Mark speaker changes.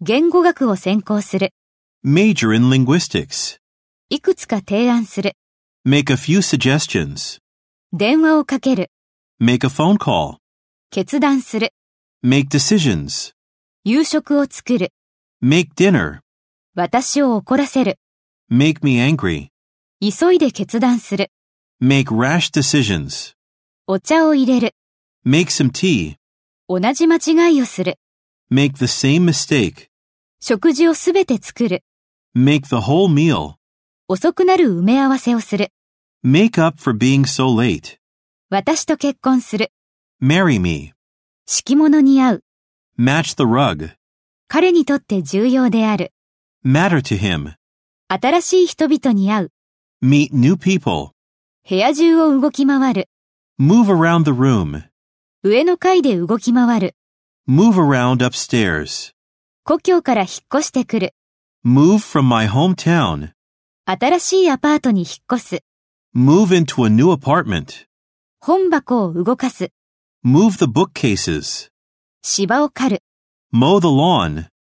Speaker 1: 言語学を専攻する。
Speaker 2: Major in linguistics.
Speaker 1: いくつか提案する。
Speaker 2: Make a few suggestions.
Speaker 1: 電話をかける。
Speaker 2: Make a phone call.
Speaker 1: 決断する。
Speaker 2: Make decisions.
Speaker 1: 夕食を作る。
Speaker 2: Make dinner.
Speaker 1: 私を怒らせる。
Speaker 2: Make me angry.
Speaker 1: 急いで決断する。
Speaker 2: Make rash decisions.
Speaker 1: お茶を入れる。
Speaker 2: Make some tea.
Speaker 1: 同じ間違いをする。
Speaker 2: Make the same mistake.
Speaker 1: 食事をすべて作る。
Speaker 2: Make the whole meal.
Speaker 1: 遅くなる埋め合わせをする。
Speaker 2: Make up for being so late.
Speaker 1: 私と結婚する。
Speaker 2: Marry me.
Speaker 1: 敷物に合う。
Speaker 2: Match the rug.
Speaker 1: 彼にとって重要である。
Speaker 2: Matter to him.
Speaker 1: 新しい人々に会う。
Speaker 2: Meet new people.
Speaker 1: 部屋中を動き回る。
Speaker 2: Move around the room.
Speaker 1: 上の階で動き回る。
Speaker 2: Move around upstairs.
Speaker 1: 故郷から引っ越してくる。
Speaker 2: Move from my hometown.
Speaker 1: 新しいアパートに引っ越す。
Speaker 2: Move into a new apartment.
Speaker 1: 本箱を動かす。
Speaker 2: Move the bookcases.
Speaker 1: 芝を刈る。
Speaker 2: Mow the lawn.